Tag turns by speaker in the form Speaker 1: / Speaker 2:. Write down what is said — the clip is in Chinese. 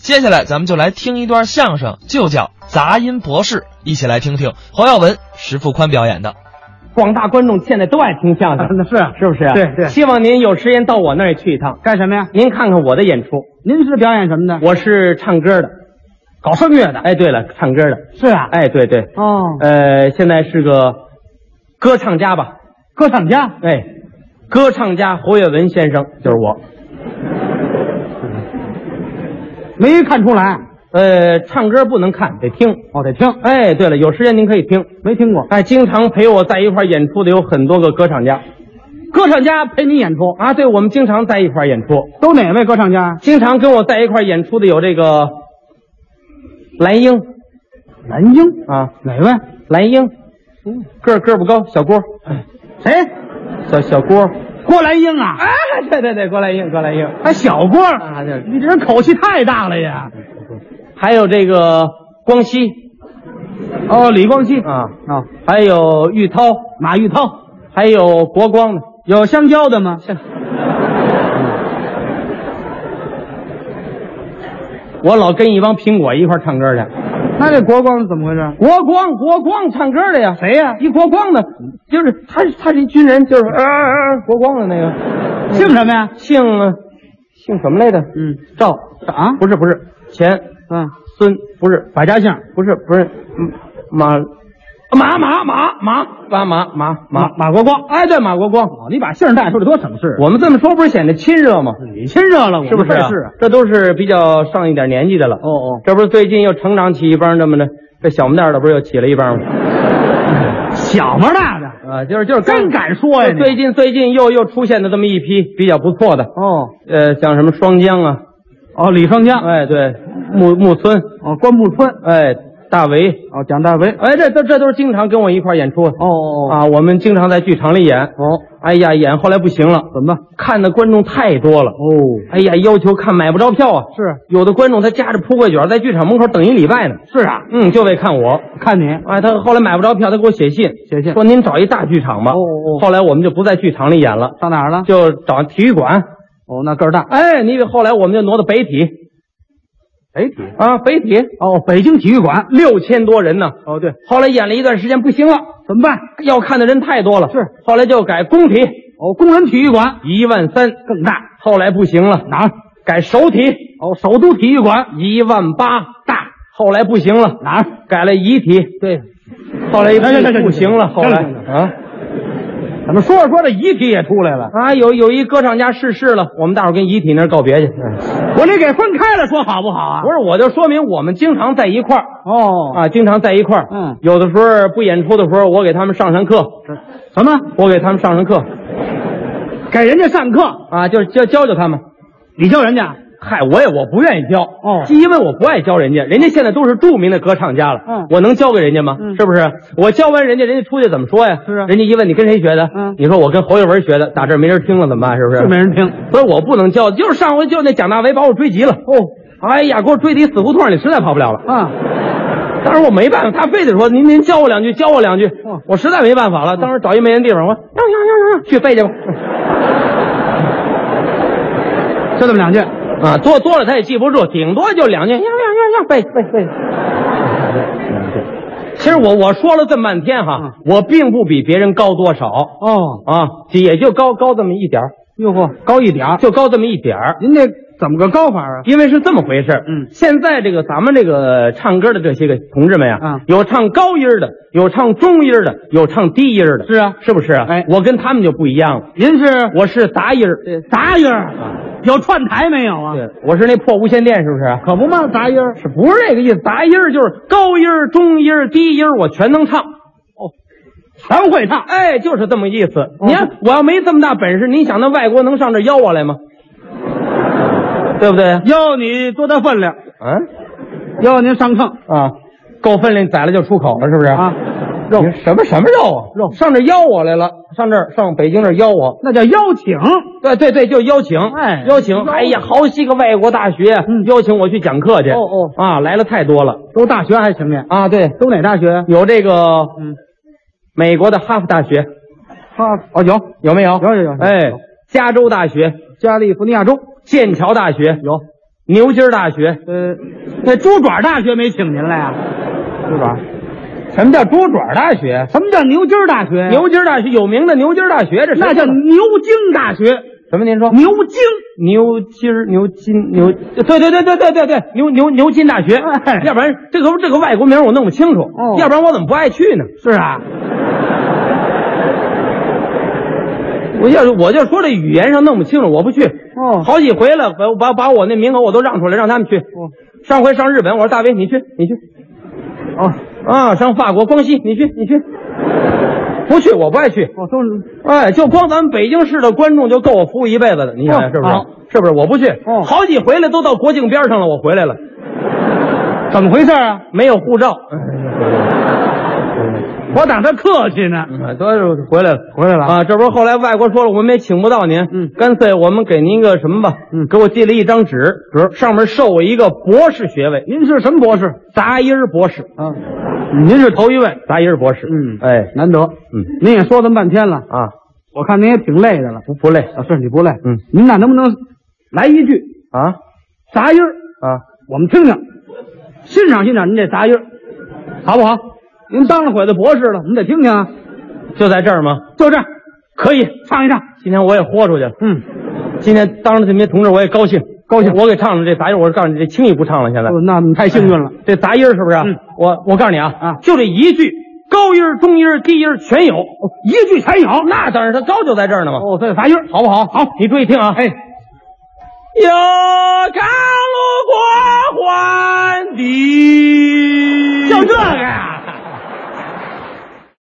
Speaker 1: 接下来咱们就来听一段相声，就叫《杂音博士》，一起来听听侯耀文、石富宽表演的。
Speaker 2: 广大观众现在都爱听 相声，
Speaker 3: 那是啊
Speaker 2: 是不是、啊？
Speaker 3: 对对
Speaker 2: 希望您有时间到我那儿去一趟，
Speaker 3: 干什么呀？
Speaker 2: 您看看我的演出。
Speaker 3: 您是表演什么的？
Speaker 2: 我是唱歌的，
Speaker 3: 搞声乐的。
Speaker 2: 哎，对了，唱歌的，
Speaker 3: 是啊，
Speaker 2: 哎，对对，
Speaker 3: 哦，
Speaker 2: 呃，现在是个歌唱家吧？
Speaker 3: 歌唱家。
Speaker 2: 哎，歌唱家侯耀文先生就是我。
Speaker 3: 没看出来，
Speaker 2: 呃，唱歌不能看，得听。
Speaker 3: 哦，得听，
Speaker 2: 哎，对了，有时间您可以听。
Speaker 3: 没听过。
Speaker 2: 哎，经常陪我在一块儿演出的有很多个歌唱家
Speaker 3: 歌唱家陪你演出，
Speaker 2: 啊，对，我们经常在一块儿演出。
Speaker 3: 都哪位歌唱家？
Speaker 2: 经常跟我在一块儿演出的有这个蓝英
Speaker 3: 蓝英，
Speaker 2: 啊，
Speaker 3: 哪位？
Speaker 2: 蓝英，个儿个儿哎不高，小郭，
Speaker 3: 谁？
Speaker 2: 小小郭，
Speaker 3: 哎郭兰英啊？
Speaker 2: 啊，对对对，郭兰英，郭兰英，
Speaker 3: 还小郭？
Speaker 2: 啊，对，
Speaker 3: 你这人口气太大了呀！
Speaker 2: 还有这个光熙
Speaker 3: 哦，李光羲
Speaker 2: 啊，
Speaker 3: 啊，
Speaker 2: 还有玉涛，
Speaker 3: 马玉涛，
Speaker 2: 还有国光的，
Speaker 3: 有香蕉的吗？
Speaker 2: 我老跟一帮苹果一块儿唱歌去。
Speaker 3: 那这国光是怎么回事？
Speaker 2: 国光，国光唱歌的呀？
Speaker 3: 谁呀
Speaker 2: 一国光的，就是他，他是一军人，就是啊啊啊，国光的那个，
Speaker 3: 姓什么呀？
Speaker 2: 姓姓什么来着？
Speaker 3: 嗯，
Speaker 2: 赵，
Speaker 3: 啊，
Speaker 2: 不是不是，钱
Speaker 3: 嗯，
Speaker 2: 孙不是
Speaker 3: 百家姓，
Speaker 2: 不是不是，嗯马马马马马马马马
Speaker 3: 马
Speaker 2: 马，
Speaker 3: 马国光。
Speaker 2: 哎对，马国光。
Speaker 3: 哦，你把姓带出来多省事。
Speaker 2: 我们这么说不是显得亲热吗？
Speaker 3: 你亲热了，我
Speaker 2: 嗯是不是、
Speaker 3: 们
Speaker 2: 啊？
Speaker 3: 是啊。
Speaker 2: 这都是比较上一点年纪的了。
Speaker 3: 哦哦，
Speaker 2: 这不是最近又成长起一帮这么的，这小模蛋的不是又起了一帮吗？
Speaker 3: 小么大的，
Speaker 2: 啊，就是就是刚
Speaker 3: 真敢说呀你！
Speaker 2: 最近最近又又出现的这么一批比较不错的，
Speaker 3: 哦
Speaker 2: 呃，像什么双江啊，
Speaker 3: 哦，李双江，
Speaker 2: 哎对，木木村，
Speaker 3: 哦关牧村，
Speaker 2: 哎大为，
Speaker 3: 哦蒋大为，
Speaker 2: 哎这都这都是经常跟我一块儿演出的
Speaker 3: 哦哦
Speaker 2: 啊，我们经常在剧场里演。
Speaker 3: 哦
Speaker 2: 哎呀，演后来不行了，
Speaker 3: 怎么
Speaker 2: 看的观众太多了。
Speaker 3: 哦
Speaker 2: 哎呀，要求看买不着票啊。
Speaker 3: 是
Speaker 2: 有的观众他夹着铺盖卷在剧场门口等一礼拜呢，
Speaker 3: 是啊，
Speaker 2: 嗯，就为看我。
Speaker 3: 看你
Speaker 2: 哎，他后来买不着票，他给我写信，
Speaker 3: 写信
Speaker 2: 说您找一大剧场吧。
Speaker 3: 哦哦哦
Speaker 2: 后来我们就不在剧场里演了，
Speaker 3: 上哪儿了？
Speaker 2: 就找体育馆。
Speaker 3: 哦，那个儿大，
Speaker 2: 哎，你后来我们就挪到北体
Speaker 3: 北体
Speaker 2: 啊，北体
Speaker 3: 哦，北京体育馆。
Speaker 2: 六千多人呢。
Speaker 3: 哦对，
Speaker 2: 后来演了一段时间不行了，
Speaker 3: 怎么办？
Speaker 2: 要看的人太多了。
Speaker 3: 是，
Speaker 2: 后来就改工体
Speaker 3: 哦，工人体育馆
Speaker 2: 一万三，
Speaker 3: 更大，
Speaker 2: 后来不行了，
Speaker 3: 哪儿？
Speaker 2: 改首体
Speaker 3: 哦，首都体育馆
Speaker 2: 一万八大，后来不行了，
Speaker 3: 哪儿？
Speaker 2: 改了遗体，
Speaker 3: 对，
Speaker 2: 后来一
Speaker 3: 哎哎哎哎
Speaker 2: 不行了，后来
Speaker 3: 行了行
Speaker 2: 啊。
Speaker 3: 怎么说着说着遗体也出来了？
Speaker 2: 啊，有有一歌唱家逝世了，我们大伙儿跟遗体那儿告别去。
Speaker 3: 我这给分开了说好不好啊
Speaker 2: 不？是，我就说明我们经常在一块儿
Speaker 3: 哦
Speaker 2: 啊，经常在一块儿。
Speaker 3: 嗯
Speaker 2: 有的时候不演出的时候，我给他们上上课，
Speaker 3: 这什么？
Speaker 2: 我给他们上上课
Speaker 3: 给人家上课，
Speaker 2: 啊，就是教教教他们。
Speaker 3: 你教人家？
Speaker 2: 嗨，我也我不愿意教
Speaker 3: 哦
Speaker 2: 因为我不爱教人家，人家现在都是著名的歌唱家了，
Speaker 3: 嗯
Speaker 2: 我能教给人家吗？
Speaker 3: 嗯
Speaker 2: 是不是？我教完人家，人家出去怎么说呀？
Speaker 3: 是啊
Speaker 2: 人家一问你跟谁学的，
Speaker 3: 嗯
Speaker 2: 你说我跟侯耀文学的，打这儿没人听了怎么办？是不
Speaker 3: 是没人听。
Speaker 2: 不是我不能教，就是上回就那蒋大为把我追急了。哦，哎呀，给我追的死胡同里，实在跑不了了。
Speaker 3: 啊，
Speaker 2: 当时我没办法，他非得说您您教我两句，教我两句
Speaker 3: 哦，
Speaker 2: 我实在没办法了。当时找一没人地方，我说让让让让去背去吧。
Speaker 3: 就这么两句。
Speaker 2: 啊，多多了他也记不住，顶多就两句，让让让让背背背。其实我我说了这么半天
Speaker 3: 嗯
Speaker 2: 哈，我并不比别人高多少
Speaker 3: 哦，
Speaker 2: 啊，也就高高这么一点儿啊
Speaker 3: 哟呵，高一点儿。
Speaker 2: 就高这么一点儿。
Speaker 3: 您这怎么个高法啊？
Speaker 2: 因为是这么回事，
Speaker 3: 嗯
Speaker 2: 现在这个咱们这个唱歌的这些个同志们呀，
Speaker 3: 啊
Speaker 2: 有唱高音儿的，有唱中音儿的，有唱低音儿的，
Speaker 3: 是啊
Speaker 2: 是不是啊？
Speaker 3: 哎呃
Speaker 2: 我跟他们就不一样了，
Speaker 3: 您是
Speaker 2: 我是杂音儿，
Speaker 3: 杂音儿，啊有串台没有啊？
Speaker 2: 对，我是那破无线电，是不是？
Speaker 3: 可不嘛，杂音儿
Speaker 2: 是不是这个意思？杂音儿就是高音儿、中音儿、低音儿，我全能唱。
Speaker 3: 全会唱。
Speaker 2: 哎，就是这么意思。你
Speaker 3: 哦
Speaker 2: 看，我要没这么大本事，你想那外国能上这儿邀我来吗？对不对？
Speaker 3: 要你多大分量？
Speaker 2: 啊
Speaker 3: 要您上炕
Speaker 2: 啊，够分量，宰了就出口了，是不是？
Speaker 3: 啊？
Speaker 2: 肉什么什么肉啊？
Speaker 3: 肉
Speaker 2: 上这儿邀我来了，上这儿上北京这儿邀我。
Speaker 3: 那叫邀请。
Speaker 2: 对对对，就邀请，
Speaker 3: 哎
Speaker 2: 邀请。
Speaker 3: 邀
Speaker 2: 哎呀，好些个外国大学、
Speaker 3: 嗯
Speaker 2: 邀请我去讲课去。
Speaker 3: 哦哦
Speaker 2: 啊，来了太多了
Speaker 3: 都大学还行呢，
Speaker 2: 啊！对，
Speaker 3: 都哪大学？
Speaker 2: 有这个
Speaker 3: 嗯，
Speaker 2: 美国的哈佛大学，
Speaker 3: 哈哦有
Speaker 2: 有没有？
Speaker 3: 有有有有
Speaker 2: 哎，加州大学、
Speaker 3: 加利福尼亚州
Speaker 2: 剑桥大学、
Speaker 3: 有
Speaker 2: 牛津大学，
Speaker 3: 呃，那猪爪大学没请您来啊？
Speaker 2: 猪爪。什么叫猪爪大学？
Speaker 3: 什么叫牛津大学？
Speaker 2: 牛津大学有名的牛津大学，这什么
Speaker 3: 哎那叫牛津大学，
Speaker 2: 什么？您说
Speaker 3: 牛津。
Speaker 2: 牛筋儿牛筋牛，对对对对对对对，牛牛牛津大学。
Speaker 3: 哎
Speaker 2: 要不然这个这个外国名我弄不清楚，
Speaker 3: 哦
Speaker 2: 要不然我怎么不爱去呢？
Speaker 3: 是啊，
Speaker 2: 我要是我就说这语言上弄不清楚，我不去。
Speaker 3: 哦
Speaker 2: 好几回了，把把把我那名额我都让出来，让他们去。上回上日本，我说大威你去，你去
Speaker 3: 哦
Speaker 2: 啊。上法国光熙，你去，你去。不去，我不爱去。
Speaker 3: 哦，都是
Speaker 2: 哎，就光咱们北京市的观众就够我服务一辈子的，你想想
Speaker 3: 哦
Speaker 2: 是不是？
Speaker 3: 好
Speaker 2: 是不是？我不去，
Speaker 3: 哦
Speaker 2: 好几回了，都到国境边上了，我回来了，
Speaker 3: 怎么回事啊？
Speaker 2: 没有护照，
Speaker 3: 我打他客气呢。
Speaker 2: 嗯，都是回来了。
Speaker 3: 哎回来了啊？
Speaker 2: 啊，这不是后来外国说了，我们也请不到您，
Speaker 3: 嗯
Speaker 2: 干脆我们给您一个什么吧，
Speaker 3: 嗯
Speaker 2: 给我递了一张纸，纸上面授我一个博士学位，
Speaker 3: 您是什么博士？
Speaker 2: 杂音儿博士，
Speaker 3: 啊，您是头一位。
Speaker 2: 杂音儿博士，
Speaker 3: 嗯
Speaker 2: 哎，
Speaker 3: 难得，
Speaker 2: 嗯
Speaker 3: 您也说这么半天了，
Speaker 2: 啊，
Speaker 3: 我看您也挺累的了。
Speaker 2: 不不累
Speaker 3: 啊，是你不累，
Speaker 2: 嗯，
Speaker 3: 您那能不能来一句
Speaker 2: 啊
Speaker 3: 杂音儿，
Speaker 2: 啊，
Speaker 3: 我们听听，欣赏欣赏您这杂音儿，好不好？您当了会子博士了，我们得听听啊。
Speaker 2: 就在这儿吗？
Speaker 3: 就这样，
Speaker 2: 可以，
Speaker 3: 唱一唱，
Speaker 2: 今天我也豁出去了，
Speaker 3: 嗯，
Speaker 2: 今天当着这些同志我也高兴，
Speaker 3: 高兴
Speaker 2: 我给唱了这杂音儿，我告诉你，这轻易不唱了，现在
Speaker 3: 哦那嗯你太幸运了。
Speaker 2: 这杂音儿是不是啊？
Speaker 3: 嗯
Speaker 2: 我我告诉你啊，
Speaker 3: 啊哦
Speaker 2: 就这一句，高音儿、中音儿、低音儿全有，
Speaker 3: 一句全有，
Speaker 2: 那当然，它高就在这儿呢嘛。
Speaker 3: 哦，这有杂音儿好不好？好，
Speaker 2: 你注意听啊！
Speaker 3: 哎，
Speaker 2: 有刚路过还地，
Speaker 3: 就这个呀。